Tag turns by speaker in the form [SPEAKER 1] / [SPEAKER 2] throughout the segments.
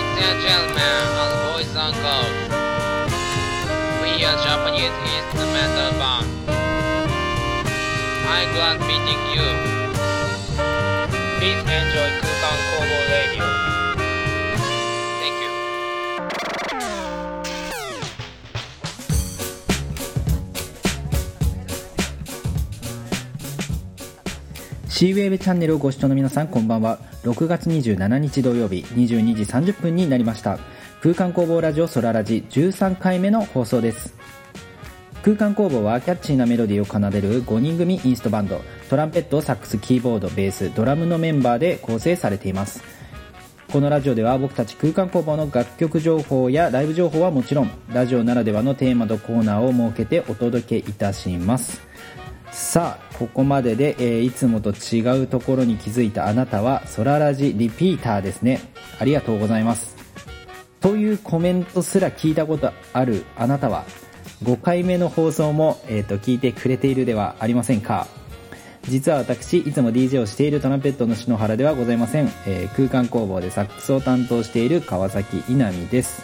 [SPEAKER 1] gentlemen, all boys and girls. We are Japanese instrumental band. I'm glad meeting you. Please enjoy Kukan Kobo Radio. Thank you.
[SPEAKER 2] シーウェーブチャンネルをご視聴の皆さんこんばんは6月27日土曜日22時30分になりました空間工房ラジオソララジ13回目の放送です空間工房はキャッチーなメロディーを奏でる5人組インストバンドトランペットサックスキーボードベースドラムのメンバーで構成されていますこのラジオでは僕たち空間工房の楽曲情報やライブ情報はもちろんラジオならではのテーマとコーナーを設けてお届けいたしますさあここまでで、えーいつもと違うところに気づいたあなたはソララジリピーターですねありがとうございますというコメントすら聞いたことあるあなたは5回目の放送も、えーと聞いてくれているではありませんか実は私いつも DJ をしているトランペットの篠原ではございません、えー空間工房でサックスを担当している川崎稲美です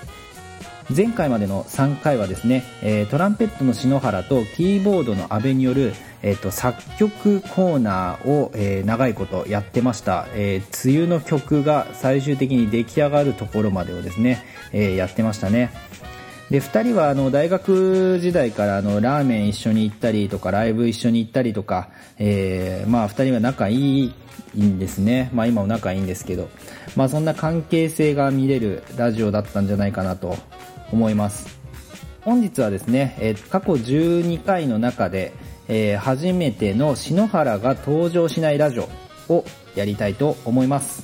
[SPEAKER 2] 前回までの3回はですね、えートランペットの篠原とキーボードの阿部による、えーと作曲コーナーを、えー長いことやってました、えー梅雨の曲が最終的に出来上がるところまでをですね、えーやってましたねで2人はあの大学時代からあのラーメン一緒に行ったりとかライブ一緒に行ったりとか、えーまあ、2人は仲いいんですね、まあ、今も仲いいんですけど、まあ、そんな関係性が見れるラジオだったんじゃないかなと思います本日はですね、えー過去12回の中で、えー初めての篠原が登場しないラジオをやりたいと思います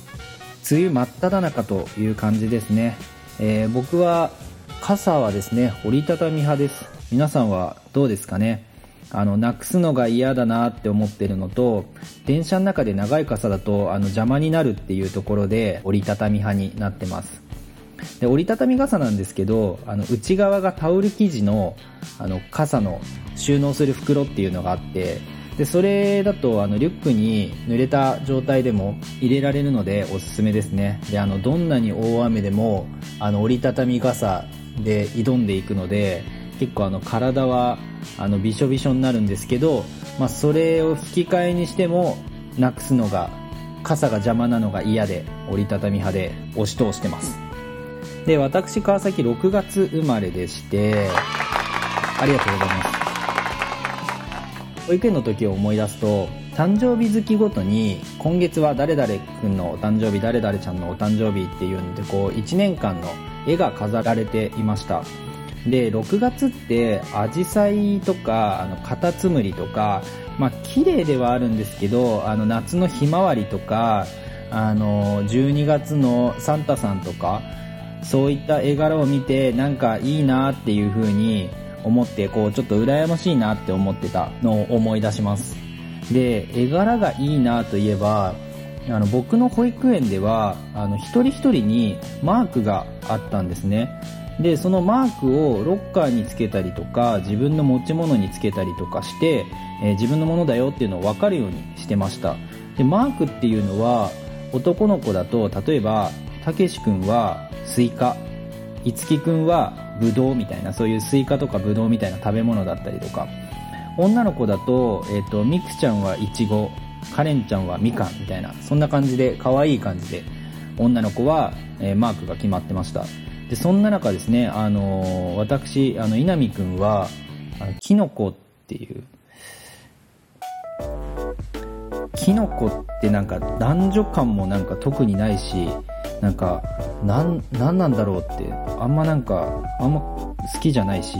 [SPEAKER 2] 梅雨真っ只中という感じですね、えー僕は傘はですね折りたたみ派です皆さんはどうですかねあのなくすのが嫌だなって思ってるのと電車の中で長い傘だとあの邪魔になるっていうところで折りたたみ派になってますで折りたたみ傘なんですけどあの内側がタオル生地のあの傘の収納する袋っていうのがあってでそれだとあのリュックに濡れた状態でも入れられるのでおすすめですねであのどんなに大雨でもあの折りたたみ傘で挑んでいくので結構あの体はあのびしょびしょになるんですけど、まあ、それを引き換えにしてもなくすのが傘が邪魔なのが嫌で折りたたみ派で押し通してますで私川崎6月生まれでしてありがとうございます保育園の時を思い出すと誕生日月ごとに今月は誰々くんのお誕生日誰々ちゃんのお誕生日っていうのでこう1年間の絵が飾られていましたで6月ってアジサイとかあのカタツムリとかまあ綺麗ではあるんですけどあの夏のひまわりとかあの12月のサンタさんとかそういった絵柄を見てなんかいいなっていう風に思ってこうちょっと羨ましいなって思ってたのを思い出しますで絵柄がいいなといえばあの僕の保育園ではあの一人一人にマークがあったんですねでそのマークをロッカーにつけたりとか自分の持ち物につけたりとかして、えー自分のものだよっていうのを分かるようにしてましたでマークっていうのは男の子だと例えばたけし君はスイカいつき君はブドウみたいなそういうスイカとかブドウみたいな食べ物だったりとか女の子だと,、えっとみくちゃんはイチゴカレンちゃんはみかんみたいなそんな感じで可愛い感じで女の子は、えーマークが決まってましたでそんな中ですね、あのー私あの稲見君はあのキノコっていうキノコってなんか男女感もなんか特にないしなんかなんなんなんだろうってあんまなんかあんま好きじゃないし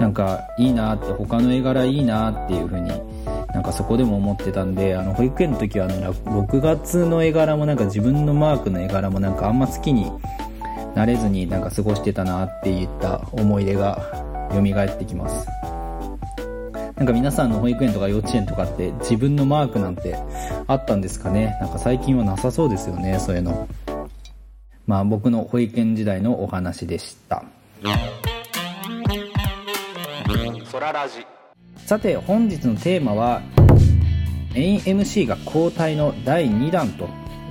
[SPEAKER 2] なんかいいなって他の絵柄いいなっていう風になんかそこでも思ってたんであの保育園の時はあの6月の絵柄もなんか自分のマークの絵柄もなんかあんま好きになれずになんか過ごしてたなっていった思い出が蘇ってきますなんか皆さんの保育園とか幼稚園とかって自分のマークなんてあったんですかねなんか最近はなさそうですよねそういうのまあ僕の保育園時代のお話でしたさて本日のテーマはメイン MC が交代の第2弾と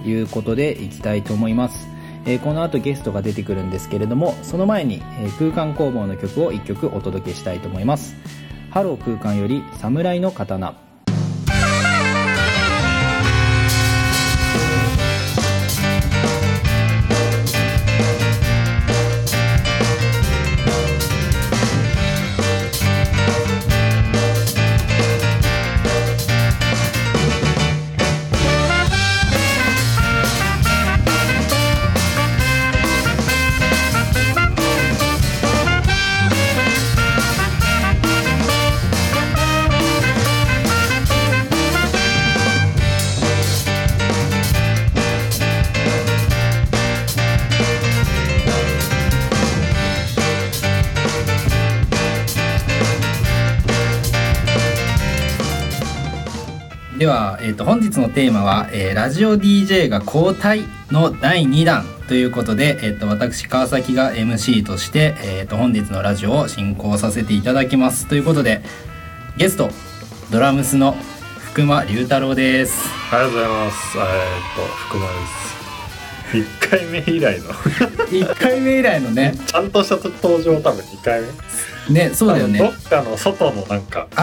[SPEAKER 2] いうことでいきたいと思います、えーこの後ゲストが出てくるんですけれどもその前に、えー空間工房の曲を1曲お届けしたいと思います「ハロー空間」より「侍の刀」では、えー、と本日のテーマは、えーラジオ DJ が交代」の第2弾ということで、えー、と私川崎が MC として、えー、と本日のラジオを進行させていただきますということでゲストドラムスの福間龍太郎 です
[SPEAKER 3] ありがとうございます。えーっと、福間です。1回目以 来の、
[SPEAKER 2] 1回目以来のね
[SPEAKER 3] ちゃんとした登場多分2回目。
[SPEAKER 2] ねそうだよ
[SPEAKER 3] 多分
[SPEAKER 2] ね
[SPEAKER 3] どっかの外のなんか、
[SPEAKER 2] あ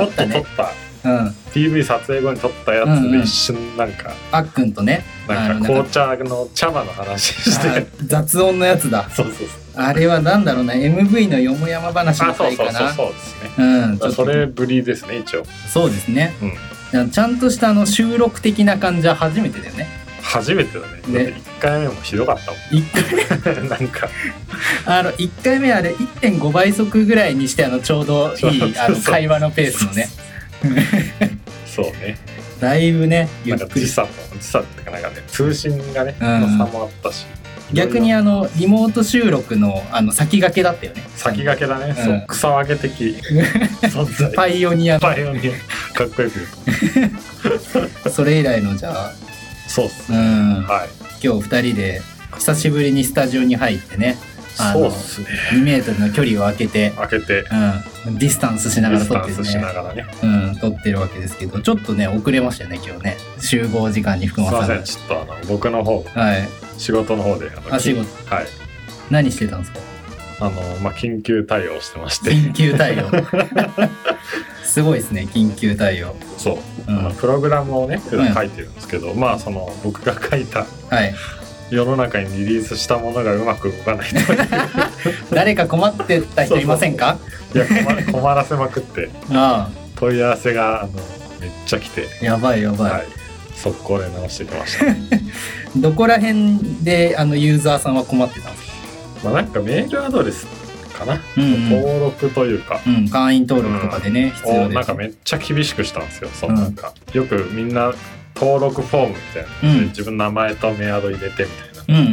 [SPEAKER 2] ーあった
[SPEAKER 3] でポ
[SPEAKER 2] ね
[SPEAKER 3] ッと撮っ
[SPEAKER 2] うん
[SPEAKER 3] た、PV 撮影後に撮ったや
[SPEAKER 2] うん
[SPEAKER 3] つ
[SPEAKER 2] うん
[SPEAKER 3] で一瞬なんか、
[SPEAKER 2] あっくんとねあ
[SPEAKER 3] な
[SPEAKER 2] の
[SPEAKER 3] んか紅茶の茶葉の話し
[SPEAKER 2] あ
[SPEAKER 3] て
[SPEAKER 2] ー。雑音のやつだ
[SPEAKER 3] そうそうそう。
[SPEAKER 2] あれはなんだろうな MV のよもやま話
[SPEAKER 3] あ、
[SPEAKER 2] み
[SPEAKER 3] そ
[SPEAKER 2] た
[SPEAKER 3] う
[SPEAKER 2] い
[SPEAKER 3] そう
[SPEAKER 2] か
[SPEAKER 3] そう
[SPEAKER 2] な
[SPEAKER 3] そうですね。
[SPEAKER 2] うん
[SPEAKER 3] だ
[SPEAKER 2] ち
[SPEAKER 3] か
[SPEAKER 2] ょっと
[SPEAKER 3] らそれぶりですね、一応。
[SPEAKER 2] そうですねち
[SPEAKER 3] うん。
[SPEAKER 2] ゃんちゃんとしたあの収録的な感じは初めてだよね
[SPEAKER 3] 初めてだね。だ
[SPEAKER 2] ね
[SPEAKER 3] って1回目もひどかった
[SPEAKER 2] 一 回
[SPEAKER 3] もん。なんか、
[SPEAKER 2] あの1回目あれ1.5倍速ぐらいにしてあのちょうど
[SPEAKER 3] そうそ
[SPEAKER 2] いういあの
[SPEAKER 3] そう
[SPEAKER 2] 会話のペースのね
[SPEAKER 3] そうね。
[SPEAKER 2] だいぶねゆ
[SPEAKER 3] な
[SPEAKER 2] っ
[SPEAKER 3] んか
[SPEAKER 2] くり
[SPEAKER 3] 時差も、時差っていうかなんかね、通信がね、
[SPEAKER 2] うん
[SPEAKER 3] の差もあったし。
[SPEAKER 2] 逆にあのリモート収録のあの先駆けだったよね
[SPEAKER 3] 先駆けだね、
[SPEAKER 2] ん
[SPEAKER 3] そう草分け的存在
[SPEAKER 2] パイオニア
[SPEAKER 3] パイオニアかっこよく言う
[SPEAKER 2] のそれ以来のじゃあ
[SPEAKER 3] とそうっ
[SPEAKER 2] う
[SPEAKER 3] すね、
[SPEAKER 2] ん
[SPEAKER 3] はい
[SPEAKER 2] 今日2人で久しぶりにスタジオに入ってねあ
[SPEAKER 3] そう
[SPEAKER 2] の
[SPEAKER 3] っすね
[SPEAKER 2] 2メートルの距離を空けて、
[SPEAKER 3] 開けて
[SPEAKER 2] うん、ディスタンスし
[SPEAKER 3] デ
[SPEAKER 2] なが
[SPEAKER 3] ィ
[SPEAKER 2] ら
[SPEAKER 3] ス
[SPEAKER 2] 撮
[SPEAKER 3] タ
[SPEAKER 2] っ
[SPEAKER 3] ン
[SPEAKER 2] てる
[SPEAKER 3] スし
[SPEAKER 2] ね
[SPEAKER 3] ながらね
[SPEAKER 2] うん、撮ってるわけですけど、ちょっとね、遅れましたよね、今日ね。集合時間に
[SPEAKER 3] す
[SPEAKER 2] 福
[SPEAKER 3] い
[SPEAKER 2] 間
[SPEAKER 3] ま
[SPEAKER 2] さ
[SPEAKER 3] せ
[SPEAKER 2] ん
[SPEAKER 3] んちょっとあの僕の方
[SPEAKER 2] が。はい。
[SPEAKER 3] 仕事の方であの
[SPEAKER 2] あ仕事
[SPEAKER 3] きはい
[SPEAKER 2] 何してたんですか
[SPEAKER 3] あのまあ緊急対応してまして
[SPEAKER 2] 緊急 対応。すごいですね、緊急対応。
[SPEAKER 3] そう、
[SPEAKER 2] うん
[SPEAKER 3] あのプログラムをね普
[SPEAKER 2] うん
[SPEAKER 3] 段書いてるんですけど、まあその僕が書いた
[SPEAKER 2] はい。
[SPEAKER 3] 世の中にリリースしたものがうまく動かない と
[SPEAKER 2] 誰か困ってた人いませんか
[SPEAKER 3] いや困困らせまくって
[SPEAKER 2] あ
[SPEAKER 3] 問い合わせがあのめっちゃ来て、
[SPEAKER 2] あ、やばいやばい。
[SPEAKER 3] はい、速攻で直してきました
[SPEAKER 2] どこら辺で、あの、ユーザーさんは困ってたんですか
[SPEAKER 3] まあ、なんかメールアドレスかな、
[SPEAKER 2] うん、うん。
[SPEAKER 3] 登録というか、
[SPEAKER 2] うん、会員登録とかでね、必要
[SPEAKER 3] を
[SPEAKER 2] で。
[SPEAKER 3] なんかめっちゃ厳しくしたんですよ、そう
[SPEAKER 2] うん
[SPEAKER 3] なんかよくみんな登録フォームみたいな、
[SPEAKER 2] うん
[SPEAKER 3] 自分の名前とメアド入れてみたいな、
[SPEAKER 2] うん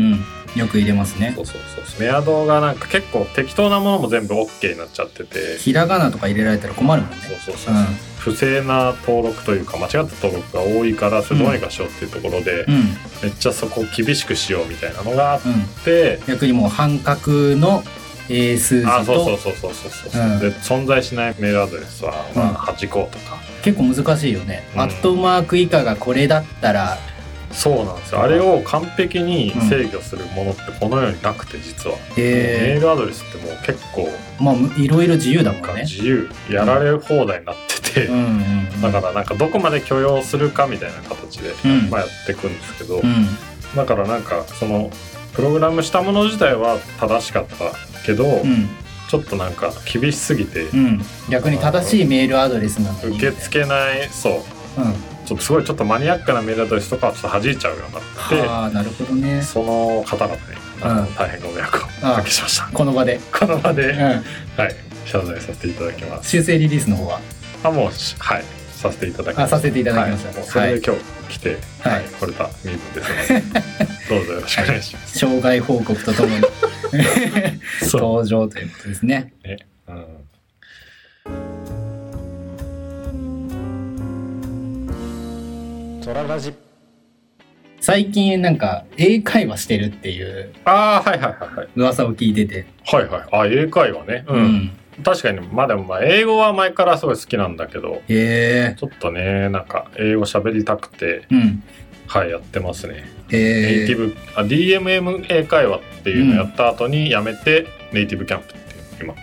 [SPEAKER 2] うん。よく入れますね
[SPEAKER 3] そ。うそうそうそうメアドがなんか結構適当なものも全部 OK になっちゃってて、
[SPEAKER 2] ひらがなとか入れられたら困るもん
[SPEAKER 3] そう
[SPEAKER 2] ね。。
[SPEAKER 3] そうそううん不正な登録というか間違った登録が多いからそれどうにかしようっていうところで、
[SPEAKER 2] うん。
[SPEAKER 3] めっちゃそこ厳しくしようみたいなのがあっ
[SPEAKER 2] うん。
[SPEAKER 3] て、
[SPEAKER 2] 逆にもう半角のえー数字と
[SPEAKER 3] あそうそうそうそうそうそう、
[SPEAKER 2] うん
[SPEAKER 3] で存在しないメールアドレスは、まあ、端行とか、
[SPEAKER 2] 結構難しいよね、
[SPEAKER 3] うん
[SPEAKER 2] アットマーク以下がこれだったら
[SPEAKER 3] そうなんですよあれを完璧に制御するものってこのようになくて実は、メ
[SPEAKER 2] え
[SPEAKER 3] ールアドレスってもう結構
[SPEAKER 2] ー、まあいろいろ自由だもん
[SPEAKER 3] なんか
[SPEAKER 2] ね
[SPEAKER 3] 自由やられ放題になってて、
[SPEAKER 2] うんうんうん
[SPEAKER 3] だからなんかどこまで許容するかみたいな形で、
[SPEAKER 2] うん
[SPEAKER 3] まあ、やっていくんですけど、
[SPEAKER 2] うん
[SPEAKER 3] だからなんかそのプログラムしたもの自体は正しかったけど、
[SPEAKER 2] うん
[SPEAKER 3] ちょっとなんか厳しすぎて
[SPEAKER 2] うん逆に正しいメールアドレスなのに
[SPEAKER 3] 受け付けないそう
[SPEAKER 2] うん
[SPEAKER 3] ちょっとすごいちょっとマニアックなメールアドレスとかはちょっと弾いちゃうようになって
[SPEAKER 2] ああなるほどね
[SPEAKER 3] その方々にあの
[SPEAKER 2] うん
[SPEAKER 3] 大変ご迷惑をおかけしました。
[SPEAKER 2] この場で、
[SPEAKER 3] この場で、
[SPEAKER 2] う
[SPEAKER 3] はい、
[SPEAKER 2] ん、
[SPEAKER 3] 謝罪させていただきます。
[SPEAKER 2] 修正リリースの方は
[SPEAKER 3] あ、もうし、はい、させていただき
[SPEAKER 2] あ
[SPEAKER 3] ます。
[SPEAKER 2] させていただきまし
[SPEAKER 3] はい
[SPEAKER 2] た
[SPEAKER 3] もうそ
[SPEAKER 2] はい、
[SPEAKER 3] れで今日来て、
[SPEAKER 2] は
[SPEAKER 3] はいい、来れた身分ですので、どうぞよろしくお願い します。
[SPEAKER 2] 障害報告とともに
[SPEAKER 3] そ
[SPEAKER 2] 登場ということですね
[SPEAKER 3] うね。うん。
[SPEAKER 2] 最近なんか英会話してるっていう
[SPEAKER 3] ああ、はいはいはいはい。
[SPEAKER 2] 噂を聞いてて
[SPEAKER 3] はいはい。あ、英会話ね。う。
[SPEAKER 2] うんん
[SPEAKER 3] 確かに、まあでもまあ、英語は前からすごい好きなんだけど、
[SPEAKER 2] へえ
[SPEAKER 3] ちょっとね、なんか、英語喋りたくて、
[SPEAKER 2] うん
[SPEAKER 3] はい、やってますね。ネイ
[SPEAKER 2] え
[SPEAKER 3] ティ
[SPEAKER 2] ー、
[SPEAKER 3] ブ、あ、DMM 英会話っていうのやった後にやめて、ネイティブキャンプっていう、今、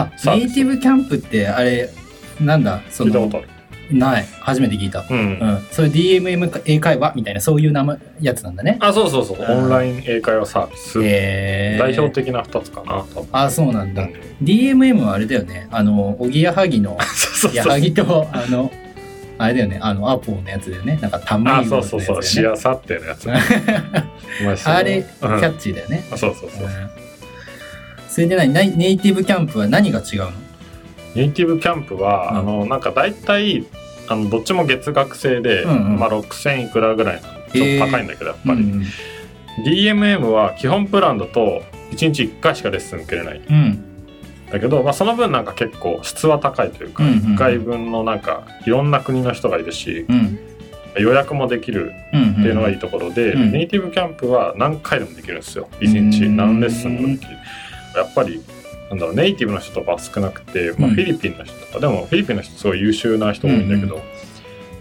[SPEAKER 2] あ
[SPEAKER 3] サービ
[SPEAKER 2] ネ
[SPEAKER 3] ス
[SPEAKER 2] イティブキャンプってあれなんだそ
[SPEAKER 3] 聞いたこ
[SPEAKER 2] の
[SPEAKER 3] とある。
[SPEAKER 2] ない初めて聞いた、
[SPEAKER 3] うん。
[SPEAKER 2] うん、それ DMM 英会話みたいなそういう名前やつなんだね
[SPEAKER 3] あ、そうそうそう、
[SPEAKER 2] うん
[SPEAKER 3] オンライン英会話サービス。
[SPEAKER 2] えー、
[SPEAKER 3] 代表的な2つかな、多分。
[SPEAKER 2] あそうなんだ
[SPEAKER 3] うん
[SPEAKER 2] DMM はあれだよねあのおぎやはぎの
[SPEAKER 3] そうそう
[SPEAKER 2] 矢
[SPEAKER 3] そう。
[SPEAKER 2] 作とあのあれだよねあのアポのやつだよねなんかタマ
[SPEAKER 3] あ、
[SPEAKER 2] イ
[SPEAKER 3] そ
[SPEAKER 2] ゴ
[SPEAKER 3] うそうそ
[SPEAKER 2] の
[SPEAKER 3] う、
[SPEAKER 2] やつ
[SPEAKER 3] し
[SPEAKER 2] だよね
[SPEAKER 3] あさってのやつ。
[SPEAKER 2] あれキ
[SPEAKER 3] うん
[SPEAKER 2] ャッチーだよね、
[SPEAKER 3] あそうそうそう。
[SPEAKER 2] それで何何ネイティブキャンプは何が違うの
[SPEAKER 3] ネイティブキャンプは、
[SPEAKER 2] うん
[SPEAKER 3] あの、なんか大体、あのどっちも月額制で、
[SPEAKER 2] うんうん
[SPEAKER 3] まあ、6000いくらぐらいなのちょっと高いんだけど、やっぱり、
[SPEAKER 2] うん
[SPEAKER 3] DMM は基本プランだと1日1回しかレッスン受けれない
[SPEAKER 2] うん
[SPEAKER 3] だけど、まあ、その分なんか結構質は高いというか、
[SPEAKER 2] うんうん
[SPEAKER 3] 1回分のなんかいろんな国の人がいるし
[SPEAKER 2] うん
[SPEAKER 3] 予約もできる
[SPEAKER 2] うん
[SPEAKER 3] っていうのがい
[SPEAKER 2] い
[SPEAKER 3] いところで、
[SPEAKER 2] うん
[SPEAKER 3] ネイティブキャンプは何回でもできるんですよ1日
[SPEAKER 2] うん
[SPEAKER 3] 何レッスンもできるやっぱりなんだろうネイティブの人とかは少なくて、まあ、
[SPEAKER 2] うん
[SPEAKER 3] フィリピンの人とか、でもフィリピンの人すごい優秀な人多いんだけど、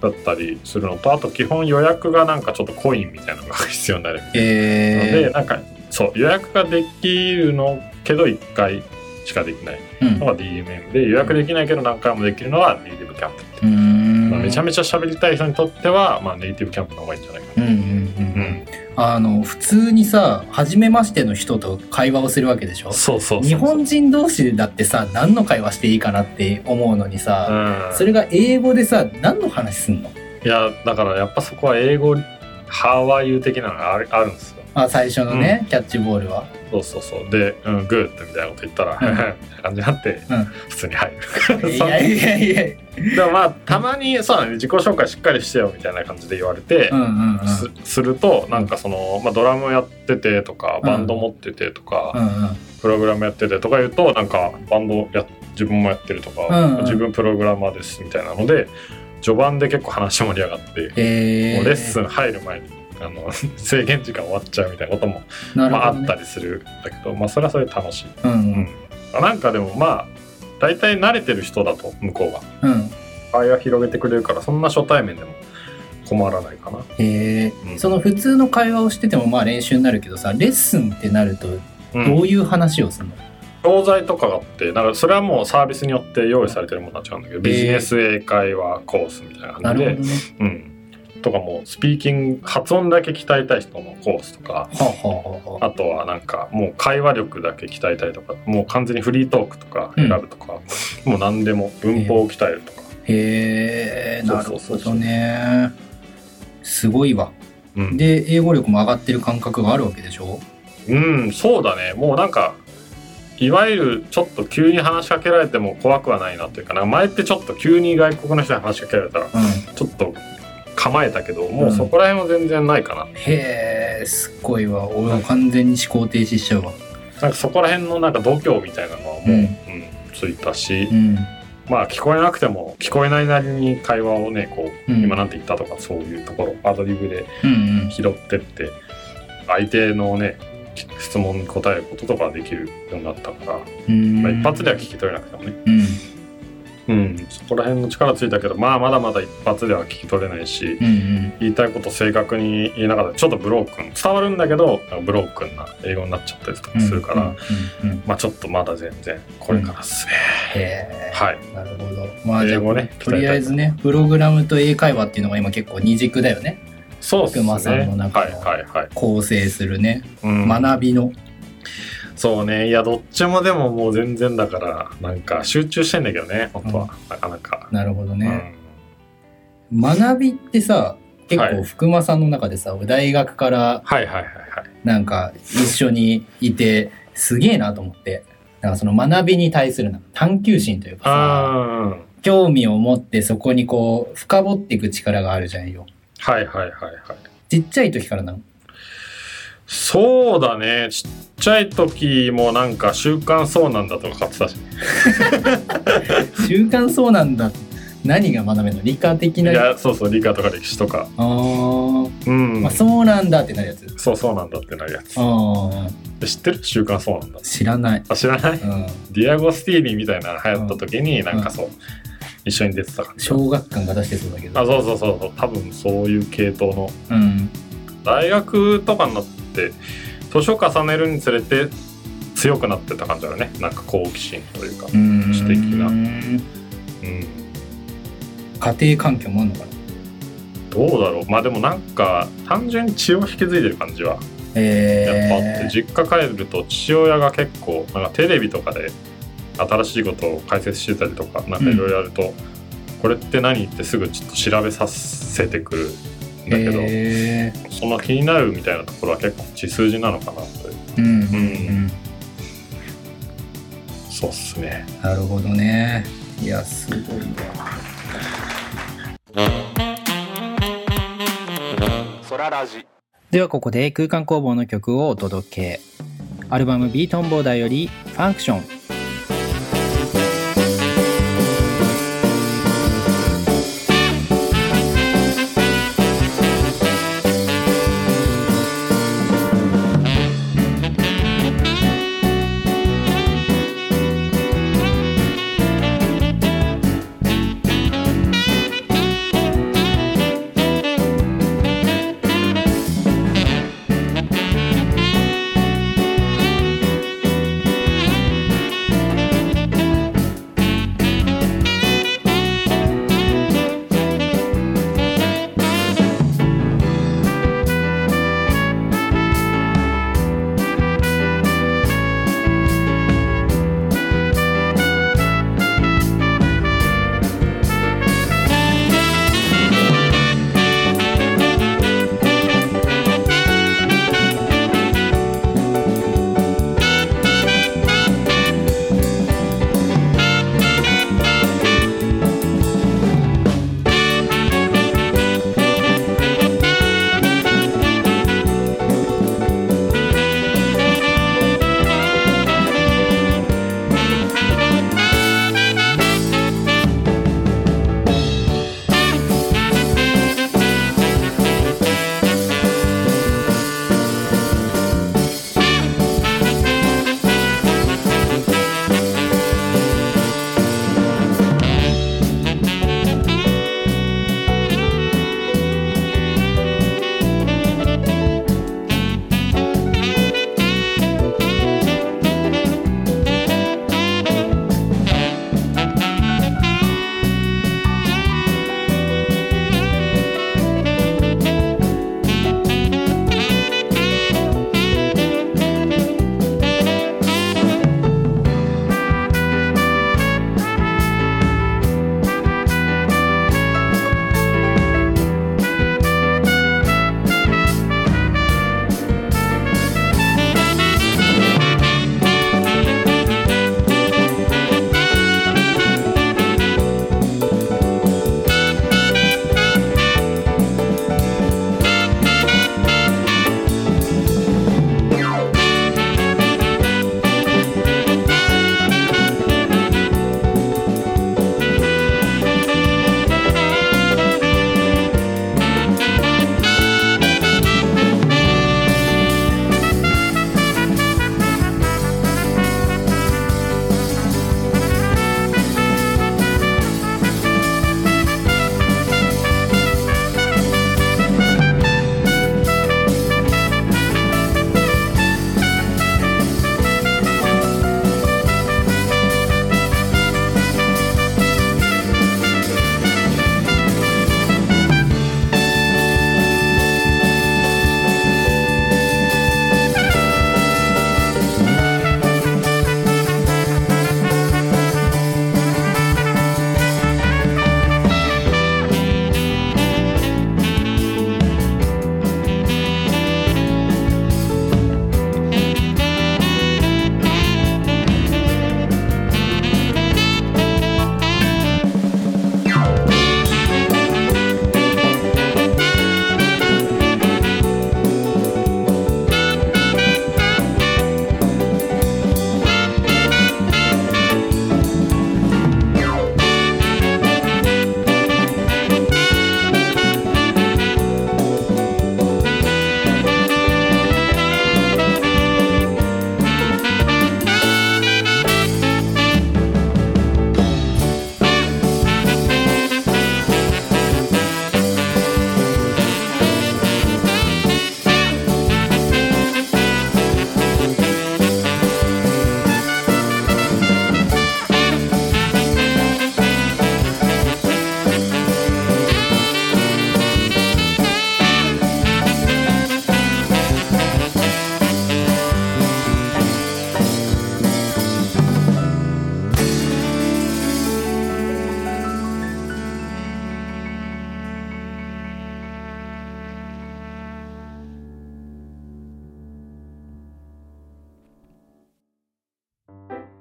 [SPEAKER 3] だったりするのとあと基本予約がなんかちょっとコインみたいなのが必要になるので、
[SPEAKER 2] え
[SPEAKER 3] なんかそう予約ができるのけど1回しかできない
[SPEAKER 2] ーうん
[SPEAKER 3] のが DMM で予約できないけど何回もできるのはネイティブキャンプ、
[SPEAKER 2] うーん
[SPEAKER 3] まあめちゃめちゃ喋りたい人にとっては、まあ、ネイティブキャンプの方がいいんじゃないか
[SPEAKER 2] うん
[SPEAKER 3] な、
[SPEAKER 2] うんうんうんあの普通にさ初めましての人と会話をするわけでしょ
[SPEAKER 3] そうそうそう
[SPEAKER 2] 日本人同士だってさ何の会話していいかなって思うのにさ、
[SPEAKER 3] うん
[SPEAKER 2] それが英語でさ何の話すんの
[SPEAKER 3] いやだからやっぱそこは英語ハワイ語的なのがあるあるんですよ
[SPEAKER 2] あ最初のね、キャッチボー ルは
[SPEAKER 3] そうそうそうで「うんグッド」みたいなこと言ったら「
[SPEAKER 2] うん
[SPEAKER 3] みたいな感じになって、
[SPEAKER 2] うん
[SPEAKER 3] 普通に入る
[SPEAKER 2] い やいやいやいや
[SPEAKER 3] そうでもまあたまにそうだね自己紹介しっかりしてよみたいな感じで言われて、
[SPEAKER 2] うんうんうん
[SPEAKER 3] すするとなんかその、まあ、ドラムやっててとか
[SPEAKER 2] うん
[SPEAKER 3] バンド持っててとか、
[SPEAKER 2] うんうん
[SPEAKER 3] プログラムやっててとか言うとなんかバンドや自分もやってるとか、
[SPEAKER 2] うんうん
[SPEAKER 3] 自分プログラマーですみたいなので序盤で結構話盛り上がって、
[SPEAKER 2] えー、
[SPEAKER 3] もうレッスン入る前にあの 制限時間終わっちゃうみたいなことも、
[SPEAKER 2] なる
[SPEAKER 3] まあ、あ
[SPEAKER 2] ほど、
[SPEAKER 3] っ
[SPEAKER 2] ね
[SPEAKER 3] たりするんだけど、まあ、それはそれで楽しい、
[SPEAKER 2] あったうんうん
[SPEAKER 3] まあなんかでもまあ大体慣れてる人だと向こうが
[SPEAKER 2] うん
[SPEAKER 3] 場合は広げてくれるからそんな初対面でも困らないかな、
[SPEAKER 2] えー
[SPEAKER 3] うん
[SPEAKER 2] その普通の会話をしててもまあ練習になるけどさレッスンってなると
[SPEAKER 3] う
[SPEAKER 2] ど
[SPEAKER 3] ん、
[SPEAKER 2] ういう話をするの、
[SPEAKER 3] 教材とかがあってなんかそれはもうサービスによって用意されてるものになっちゃうんだけどビジネス英会話コースみたいな
[SPEAKER 2] な
[SPEAKER 3] 感じ
[SPEAKER 2] る
[SPEAKER 3] で
[SPEAKER 2] ほどね
[SPEAKER 3] うん、とかもうスピーキング発音だけ鍛えたい人のコースとか
[SPEAKER 2] はあはあはあはあ
[SPEAKER 3] あとはなんかもう会話力だけ鍛えたりとかもう完全にフリートークとか選ぶとか、もう何でも文法を鍛えるとか、
[SPEAKER 2] へえなる
[SPEAKER 3] そ
[SPEAKER 2] ほ
[SPEAKER 3] うそうそ
[SPEAKER 2] ど
[SPEAKER 3] う
[SPEAKER 2] ねすごいわ
[SPEAKER 3] うん
[SPEAKER 2] で英語力も上がってる感覚があるわけでしょ
[SPEAKER 3] うんそうだねもうなんかいわゆるちょっと急に話しかけられても怖くはないなというかな前ってちょっと急に外国の人に話しかけられたら
[SPEAKER 2] うん
[SPEAKER 3] ちょっと構えたけどもうそこら辺は全然ないかな、
[SPEAKER 2] へえすっごいわ俺は完全に思考停止しちゃうわ
[SPEAKER 3] なんかそこら辺のなんか度胸みたいなのはもう、
[SPEAKER 2] う
[SPEAKER 3] うんんついたし、
[SPEAKER 2] うん
[SPEAKER 3] まあ聞こえなくても聞こえないなりに会話をねこう、
[SPEAKER 2] うん
[SPEAKER 3] 今なんて言ったとかそういうところアドリブで
[SPEAKER 2] うんうん
[SPEAKER 3] 拾ってって相手のね質問に答えることとかできるようになったから、
[SPEAKER 2] うん
[SPEAKER 3] まあ、一発では聞き取れなくてもね、
[SPEAKER 2] うん
[SPEAKER 3] うん、そこら辺の力ついたけどまあまだまだ一発では聞き取れないし
[SPEAKER 2] うんうん
[SPEAKER 3] 言いたいこと正確に言えなかったらちょっとブロークン伝わるんだけどなんかブロークンな英語になっちゃったりとかするから、
[SPEAKER 2] うんうんうん
[SPEAKER 3] まあちょっとまだ全然これからっすね、
[SPEAKER 2] へ
[SPEAKER 3] はい
[SPEAKER 2] えなるほどまあじゃ
[SPEAKER 3] 英語
[SPEAKER 2] あ
[SPEAKER 3] ね
[SPEAKER 2] とりあえずねプログラムと英会話っていうのが今結構二軸だよね
[SPEAKER 3] そうですね
[SPEAKER 2] 熊さんの中
[SPEAKER 3] はい
[SPEAKER 2] の
[SPEAKER 3] はいはい、
[SPEAKER 2] 構成するね
[SPEAKER 3] うん
[SPEAKER 2] 学びの
[SPEAKER 3] そうねいやどっちもでももう全然だからなんか集中してんだけどね本当は、なかなか、
[SPEAKER 2] なるほど
[SPEAKER 3] う
[SPEAKER 2] ね
[SPEAKER 3] ん
[SPEAKER 2] 学びってさ結
[SPEAKER 3] は
[SPEAKER 2] 構
[SPEAKER 3] い
[SPEAKER 2] 福間さんの中でさ大学から
[SPEAKER 3] はいはいはいはい。
[SPEAKER 2] なんか一緒にいてすげえなと思ってなんかその学びに対するなんか探求心というかさ
[SPEAKER 3] ああ。
[SPEAKER 2] 興味を持ってそこにこう深掘っていく力があるじゃんよ
[SPEAKER 3] はいはいはいはい。
[SPEAKER 2] ちっちゃい時からなの
[SPEAKER 3] そうだね。ちっちゃい時もなんか習慣そうなんだとか買ってたし。
[SPEAKER 2] 習慣そうなんだ何が学べるの理科的
[SPEAKER 3] い
[SPEAKER 2] なあ
[SPEAKER 3] や、そうそう、理科とか歴史とか。
[SPEAKER 2] ー、
[SPEAKER 3] うん。
[SPEAKER 2] まあ、そうなんだってなるやつ
[SPEAKER 3] そうそうなんだってなるやつ
[SPEAKER 2] あ。ー
[SPEAKER 3] 知ってる習慣そうなんだ。
[SPEAKER 2] 知らない
[SPEAKER 3] あ、知らない
[SPEAKER 2] うん
[SPEAKER 3] ディアゴスティーニみたいなの流行った時に、なんかそう。一緒に出てた感じが
[SPEAKER 2] 小学館が出してそうだけど
[SPEAKER 3] あそうそうそうそう多分そういう系統の
[SPEAKER 2] うん
[SPEAKER 3] 大学とかになって年を重ねるにつれて強くなってた感じあるねなんか好奇心というか、
[SPEAKER 2] うん
[SPEAKER 3] 知的な
[SPEAKER 2] うん
[SPEAKER 3] うん、
[SPEAKER 2] 家庭環境もあるのかな
[SPEAKER 3] どうだろうまあでもなんか単純に血を引き継いでる感じは
[SPEAKER 2] え
[SPEAKER 3] や
[SPEAKER 2] ー、
[SPEAKER 3] っぱあって実家帰ると父親が結構なんかテレビとかで新しいことを解説してたりとかなんかいろいろやると、これって何ってすぐちょっと調べさせてくるんだけど、
[SPEAKER 2] え
[SPEAKER 3] その気になるみたいなところは結構血筋なのかなという
[SPEAKER 2] ーうんうん、
[SPEAKER 3] うんそうっすね
[SPEAKER 2] なるほどねいやすごいわではここで空間工房の曲をお届けアルバム「ビートンボーダー」より「ファンクション」
[SPEAKER 4] 「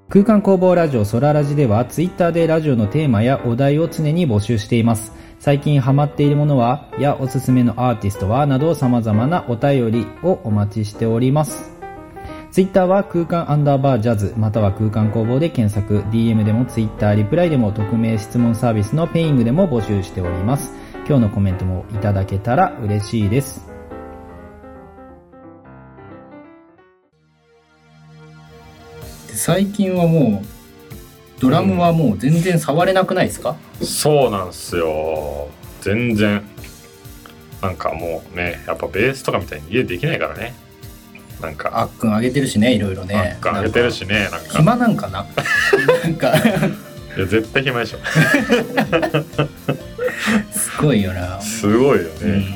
[SPEAKER 4] 空間工房ラジオソララジではツイッターでラジオのテーマやお題を常に募集しています最近ハマっているものはやおすすめのアーティストはなど様々なお便りをお待ちしておりますツイッターは空間アンダーバージャズまたは空間工房で検索 DM でもツイッターリプライでも匿名質問サービスのペイングでも募集しております今日のコメントもいただけたら嬉しいです
[SPEAKER 2] で最近はもうドラムはもう全然触れなくないですか、
[SPEAKER 3] そうなんすよ全然なんかもうねやっぱベースとかみたいに家できないからねなんか
[SPEAKER 2] あっくんあげてるしねいろいろ
[SPEAKER 3] あ
[SPEAKER 2] ね
[SPEAKER 3] っか上げてるしねなん
[SPEAKER 2] なんか
[SPEAKER 3] か
[SPEAKER 2] 暇なんかななんか
[SPEAKER 3] いや絶対暇でしょ
[SPEAKER 2] すごいよな、
[SPEAKER 3] すごいよ
[SPEAKER 2] うん
[SPEAKER 3] ね、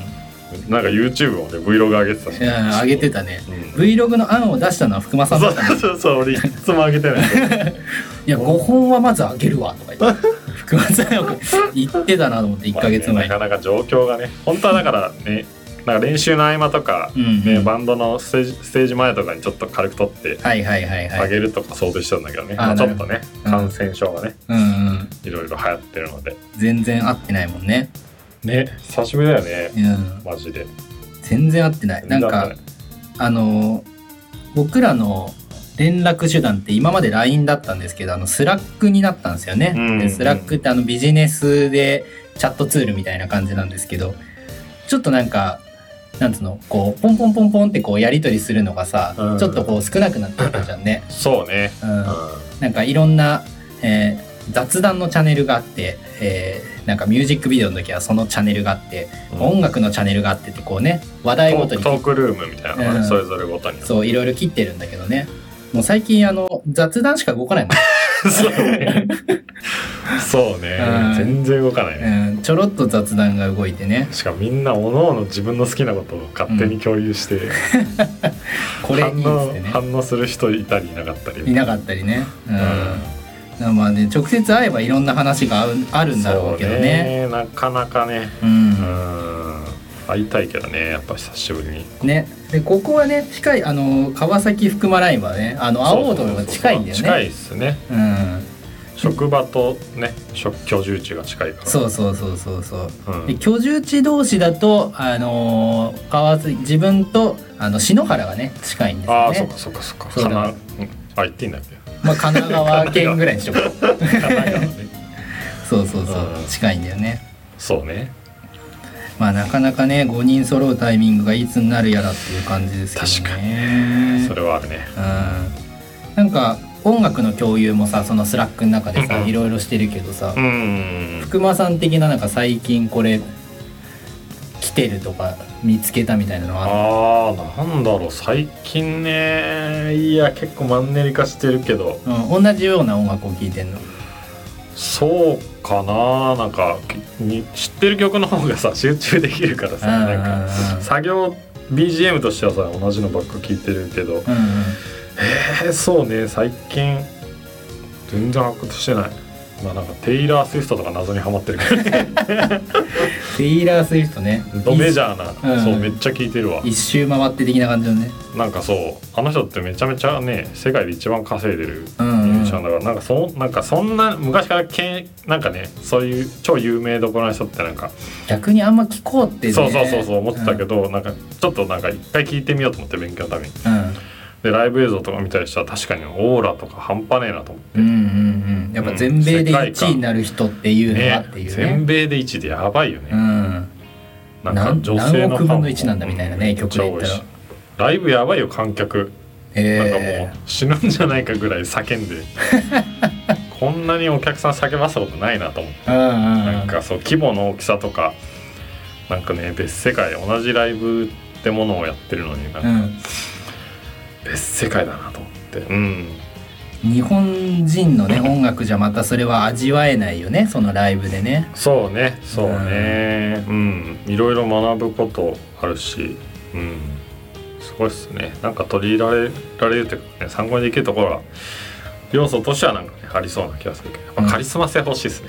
[SPEAKER 3] なんか YouTube もね Vlog 上げてたし
[SPEAKER 2] いやあげてたね
[SPEAKER 3] うん
[SPEAKER 2] Vlog の案を出したのは福間さん
[SPEAKER 3] そ
[SPEAKER 2] だ
[SPEAKER 3] う
[SPEAKER 2] ったね
[SPEAKER 3] そうそうそう俺いつも上げてない
[SPEAKER 2] いや5本はまずあげるわとか言って福間さんよく言ってたなと思って1か月前に、
[SPEAKER 3] まあねなかなか状況がね本当はだからねなんか練習の合間とか、
[SPEAKER 2] うん
[SPEAKER 3] ね
[SPEAKER 2] うん
[SPEAKER 3] バンドのステージステージ前とかにちょっと軽く撮って
[SPEAKER 2] はいはいはいは
[SPEAKER 3] あ
[SPEAKER 2] い
[SPEAKER 3] げるとか想定してたんだけどね、
[SPEAKER 2] あ
[SPEAKER 3] まあ
[SPEAKER 2] な
[SPEAKER 3] ち
[SPEAKER 2] る
[SPEAKER 3] ょっ
[SPEAKER 2] ほ
[SPEAKER 3] と
[SPEAKER 2] ど
[SPEAKER 3] ね
[SPEAKER 2] うん
[SPEAKER 3] 感染症がね、
[SPEAKER 2] うんうん
[SPEAKER 3] いろいろ流行ってるので
[SPEAKER 2] 全然合ってないもんね
[SPEAKER 3] ね久しぶりだよね
[SPEAKER 2] うん
[SPEAKER 3] マジで
[SPEAKER 2] 全然合ってないなんかあの僕らの連絡手段って今まで LINE だったんですけどあのスラックになったんですよね、
[SPEAKER 3] うん
[SPEAKER 2] でスラックってあのビジネスでチャットツールみたいな感じなんですけどちょっとなんかなんつうのこうポンポンポンポンってこうやり取りするのがさ、
[SPEAKER 3] うん
[SPEAKER 2] ちょっとこう少なくなってたじゃんね、
[SPEAKER 3] そうね
[SPEAKER 2] うん、
[SPEAKER 3] うん
[SPEAKER 2] なんかいろんな、えー雑談のチャンネルがあって、えーなんかミュージックビデオの時はそのチャンネルがあって、音楽のチャンネルがあってってこうね話題ご
[SPEAKER 3] ト
[SPEAKER 2] とに
[SPEAKER 3] ートークルームみたいなのがね、
[SPEAKER 2] うん
[SPEAKER 3] それぞれごとに
[SPEAKER 2] そう、いろいろ切ってるんだけどね。もう最近、あの、雑談しか動かないもん
[SPEAKER 3] そうねそうね、
[SPEAKER 2] うん
[SPEAKER 3] 全然動かないね、
[SPEAKER 2] うん、ちょろっと雑談が動いてね。
[SPEAKER 3] しかもみんなおのおの自分の好きなことを勝手に共有して、
[SPEAKER 2] これいいっつってね。
[SPEAKER 3] 反応反応する人いたりいなかったり
[SPEAKER 2] いなかったりね。うん。
[SPEAKER 3] ん
[SPEAKER 2] だからまあね、直接会えばいろんな話があうあるんだろうけど
[SPEAKER 3] そう
[SPEAKER 2] ね。
[SPEAKER 3] ねなかなかね
[SPEAKER 2] う。
[SPEAKER 3] うんん会いたいけどねやっぱ久しぶりに
[SPEAKER 2] ね。で、ここはね、近い、あの、川崎福間ラインはね、あの、青
[SPEAKER 3] そう
[SPEAKER 2] 踊り
[SPEAKER 3] そうそう
[SPEAKER 2] が近いんだよね。
[SPEAKER 3] 近いっすね
[SPEAKER 2] うん。
[SPEAKER 3] 職場とね職居住地が近いから
[SPEAKER 2] そうそうそうそうそう。
[SPEAKER 3] うん、
[SPEAKER 2] で居住地同士だと、あのー川崎自分とあの篠原がね近いんですよね。
[SPEAKER 3] ああそっかそっかそっか
[SPEAKER 2] そうだ
[SPEAKER 3] 神奈うんあ言っていいんだっ け
[SPEAKER 2] まあ、神奈川県ぐらいにしとこう
[SPEAKER 3] 神奈川ね
[SPEAKER 2] そうそうそう
[SPEAKER 3] うん
[SPEAKER 2] 近いんだよね
[SPEAKER 3] そうね
[SPEAKER 2] まあなかなかね5人揃うタイミングがいつになるやらっていう感じですけどね
[SPEAKER 3] それはあるね
[SPEAKER 2] うん、なんか音楽の共有もさそのスラックの中でさ
[SPEAKER 3] うんうん
[SPEAKER 2] いろいろしてるけどさ
[SPEAKER 3] うん
[SPEAKER 2] 福間さん的ななんか最近これ来てるとか見つけたみたいなのは
[SPEAKER 3] ああなんだろう最近ねいや結構マンネリ化してるけど
[SPEAKER 2] うん、同じような音楽を聴いてんの
[SPEAKER 3] そうかななんかに知ってる曲の方が さ集中できるからさなんか作業 BGM としてはさ同じのばっか聴いてるけど
[SPEAKER 2] うんうんうん
[SPEAKER 3] えー、そうね最近全然発掘してないまあなんかテイラー・スウィフトとか謎にはまってるけど
[SPEAKER 2] テイラー・スウィフトね
[SPEAKER 3] ドメジャーな、
[SPEAKER 2] うん
[SPEAKER 3] そうめっちゃ聴いてるわ
[SPEAKER 2] 一周回って的な感じのね
[SPEAKER 3] なんかそうあの人ってめちゃめちゃね世界で一番稼いでる
[SPEAKER 2] うん
[SPEAKER 3] ミュー
[SPEAKER 2] うん
[SPEAKER 3] ジシャンだから、なんかそなんかそんな昔からけなんかねそういう超有名どころの人ってなんか
[SPEAKER 2] 逆にあんま聞こうってね
[SPEAKER 3] そうそうそうそう思ってたけど、なんかちょっとなんか一回聞いてみようと思って勉強のため
[SPEAKER 2] う
[SPEAKER 3] にでライブ映像とか見たりしたら確かにオーラとか半端ねえなと思って、
[SPEAKER 2] ん、うんうんうんやっぱ全米で1位になる人っていうのは
[SPEAKER 3] ね
[SPEAKER 2] っていうね
[SPEAKER 3] 全米で1位でやばいよ
[SPEAKER 2] う
[SPEAKER 3] ね、
[SPEAKER 2] ん
[SPEAKER 3] なんか女性
[SPEAKER 2] 何
[SPEAKER 3] のファンも
[SPEAKER 2] 億分の一なんだみたいなね
[SPEAKER 3] うん
[SPEAKER 2] 曲で言ったら
[SPEAKER 3] めちゃ多いしライブやばいよ観客、なん
[SPEAKER 2] え
[SPEAKER 3] かもう死ぬんじゃないかぐらい叫ん でこんなにお客さん叫ばせたことないなと思って。
[SPEAKER 2] えうんうん
[SPEAKER 3] なんかそう規模の大きさとかなんかね別世界同じライブってものをやってるのになん
[SPEAKER 2] う
[SPEAKER 3] か
[SPEAKER 2] ん
[SPEAKER 3] 別世界だなと思ってうん
[SPEAKER 2] 日本人のね音楽じゃまたそれは味わえないよねそのライブでね
[SPEAKER 3] そうねそうねうんいろいろ学ぶことあるしうんすごいっすねなんか取り入れられるというかね参考にできるところが要素としてはなんかねありそうな気がするけどやっぱカリスマ性欲しいですね、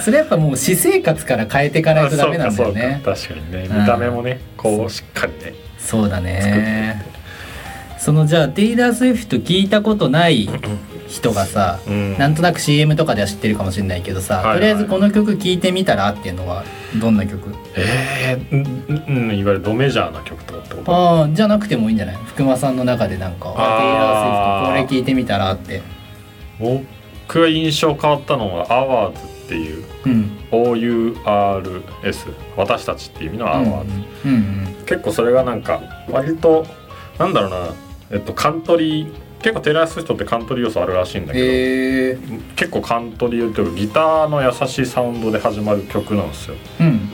[SPEAKER 2] それやっぱもう私生活から変えていかないとダメなんだよ ね
[SPEAKER 3] そうかそうか確かにね
[SPEAKER 2] うん
[SPEAKER 3] 見た目もねこ
[SPEAKER 2] そう
[SPEAKER 3] うしっかりね
[SPEAKER 2] そうだねそのじゃあテイラー・スウィフト聞いたことない人がさ
[SPEAKER 3] うん
[SPEAKER 2] なんとなく CM とかでは知ってるかもしれないけどさ、
[SPEAKER 3] はいはい
[SPEAKER 2] とりあえずこの曲聴いてみたらっていうのはどんな曲
[SPEAKER 3] えーうんうんいわゆるドメジャーな曲とかってこと
[SPEAKER 2] ああじゃなくてもいいんじゃない福間さんの中でなんか「テイ
[SPEAKER 3] あー
[SPEAKER 2] ラー・スウィフトこれ聴いてみたら」って
[SPEAKER 3] 僕が印象変わったのは「アワーズ」っていう
[SPEAKER 2] うん
[SPEAKER 3] OURS 私たちっていう意味の「アワーズ」
[SPEAKER 2] うんうん
[SPEAKER 3] 結構それがなんか割となんだろうな、えっと、カントリー結構テイラー・スウィフトってカントリー要素あるらしいんだけど、
[SPEAKER 2] へえ
[SPEAKER 3] 結構カントリーというかギターの優しいサウンドで始まる曲なんですよ
[SPEAKER 2] うん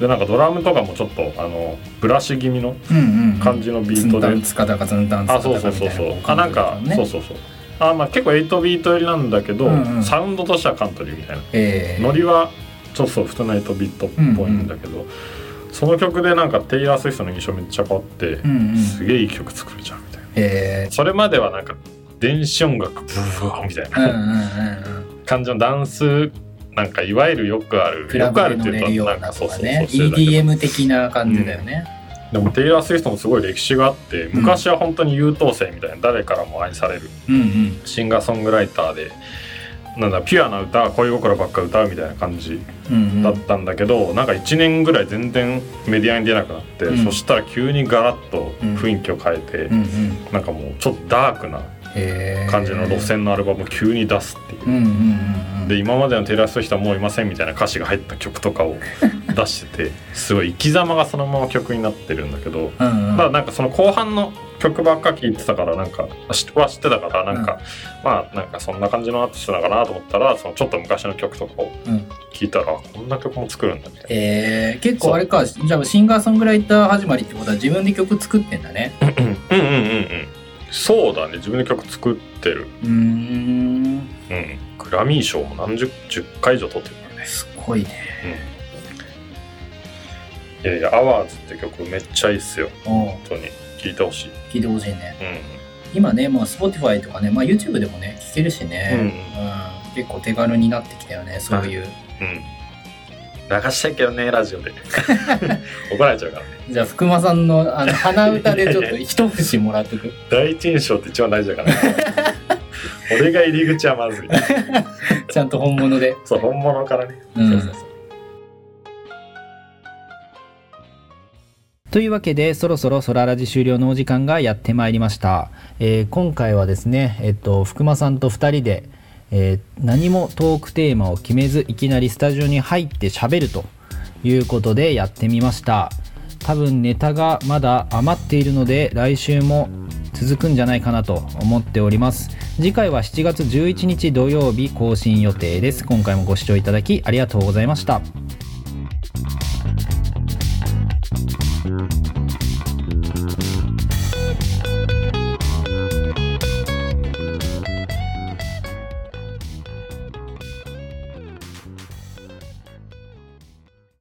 [SPEAKER 3] でなんかドラムとかもちょっとあのブラシ気味の
[SPEAKER 2] うんうん
[SPEAKER 3] 感じのビー
[SPEAKER 2] ツ
[SPEAKER 3] トで、
[SPEAKER 2] ンタンツカタカツンタンツカ
[SPEAKER 3] あ
[SPEAKER 2] タカ
[SPEAKER 3] そう
[SPEAKER 2] みた
[SPEAKER 3] そ
[SPEAKER 2] いう
[SPEAKER 3] そうそう
[SPEAKER 2] な
[SPEAKER 3] あなんか、
[SPEAKER 2] ね
[SPEAKER 3] そうそうそうあまあ結構8ビート寄りなんだけど、
[SPEAKER 2] うんうん
[SPEAKER 3] サウンドとしてはカントリーみたいな
[SPEAKER 2] ええ
[SPEAKER 3] ノリはちょっとそう普通の8ビートっぽいんだけど、その曲でなんかテイラー・スウィフトの印象めっちゃ変わって、
[SPEAKER 2] うんうん
[SPEAKER 3] すげえいい曲作るじゃんみたいな。
[SPEAKER 2] ええ
[SPEAKER 3] それまではなんか電子音楽ブーみたい
[SPEAKER 2] うんうん
[SPEAKER 3] な
[SPEAKER 2] うんうん
[SPEAKER 3] 感じのダンスなんかいわゆるよくある
[SPEAKER 2] クラ
[SPEAKER 3] よ
[SPEAKER 2] ブ
[SPEAKER 3] くあ
[SPEAKER 2] で
[SPEAKER 3] るって
[SPEAKER 2] 乗れる
[SPEAKER 3] い
[SPEAKER 2] よ
[SPEAKER 3] う
[SPEAKER 2] う
[SPEAKER 3] となん
[SPEAKER 2] な
[SPEAKER 3] か
[SPEAKER 2] と
[SPEAKER 3] そう
[SPEAKER 2] か
[SPEAKER 3] そう
[SPEAKER 2] ね
[SPEAKER 3] そうだけど
[SPEAKER 2] EDM 的な感じだよね、
[SPEAKER 3] でもテイラー・スウィフトもすごい歴史があって
[SPEAKER 2] ん
[SPEAKER 3] 昔は本当に優等生みたいな誰からも愛される
[SPEAKER 2] うん、うん
[SPEAKER 3] シンガーソングライターでなんだピュアな歌恋心ばっか歌うみたいな感じ
[SPEAKER 2] うんうん
[SPEAKER 3] だったんだけど、なんか1年ぐらい全然メディアに出なくなって、
[SPEAKER 2] うん
[SPEAKER 3] そしたら急にガラッと雰囲気を変えて、
[SPEAKER 2] うんうん
[SPEAKER 3] なんかもうちょっとダークな
[SPEAKER 2] へー
[SPEAKER 3] 感じの路線のアルバムを急に出すっていう。
[SPEAKER 2] うんうんうんうん
[SPEAKER 3] で今までのテイラー・スウィフトはもういませんみたいな歌詞が入った曲とかを 出しててすごい生き様がそのまま曲になってるんだけど
[SPEAKER 2] うんうん
[SPEAKER 3] ただなんかその後半の曲ばっか聴いてたからなんか知は知ってたからなんか、まあなんかそんな感じのアーティストなのかなと思ったらそのちょっと昔の曲とかを
[SPEAKER 2] うん
[SPEAKER 3] 聴いたら、こんな曲も作るんだみたい
[SPEAKER 2] えー、結構あれかじゃあシンガーソングライター始まりってことは自分で曲作ってんだね
[SPEAKER 3] なうんうんうんうんそうだね自分で曲作ってる
[SPEAKER 2] うーん
[SPEAKER 3] うんグラミー賞も何十10回以上取ってるからね
[SPEAKER 2] すごいね
[SPEAKER 3] いやいや「アワーズって曲めっちゃいいっすよ
[SPEAKER 2] おう
[SPEAKER 3] 本当に聴いてほしい
[SPEAKER 2] 聞いてほしいね
[SPEAKER 3] うん
[SPEAKER 2] 今ねまあ Spotify とかね、まあ、YouTube でもね聞けるし
[SPEAKER 3] うん
[SPEAKER 2] ね、うん結構手軽になってきたよねそういう、
[SPEAKER 3] うん、流したいけどねラジオ で怒られちゃうからね
[SPEAKER 2] じゃあ福間さんのあの鼻歌でちょっと一節もらっと く
[SPEAKER 3] 第一印象って一番大事だからね 俺が入り口はまずい
[SPEAKER 2] ちゃんと本物で
[SPEAKER 3] そう本物からね、
[SPEAKER 2] うん
[SPEAKER 3] そうそうそう
[SPEAKER 4] というわけでそろそろソララジ終了のお時間がやってまいりました、えー今回はですね、えっと、福間さんと2人で、えー何もトークテーマを決めずいきなりスタジオに入ってしゃべるということでやってみました多分ネタがまだ余っているので来週も続くんじゃないかなと思っております次回は7月11日土曜日更新予定です今回もご視聴いただきありがとうございました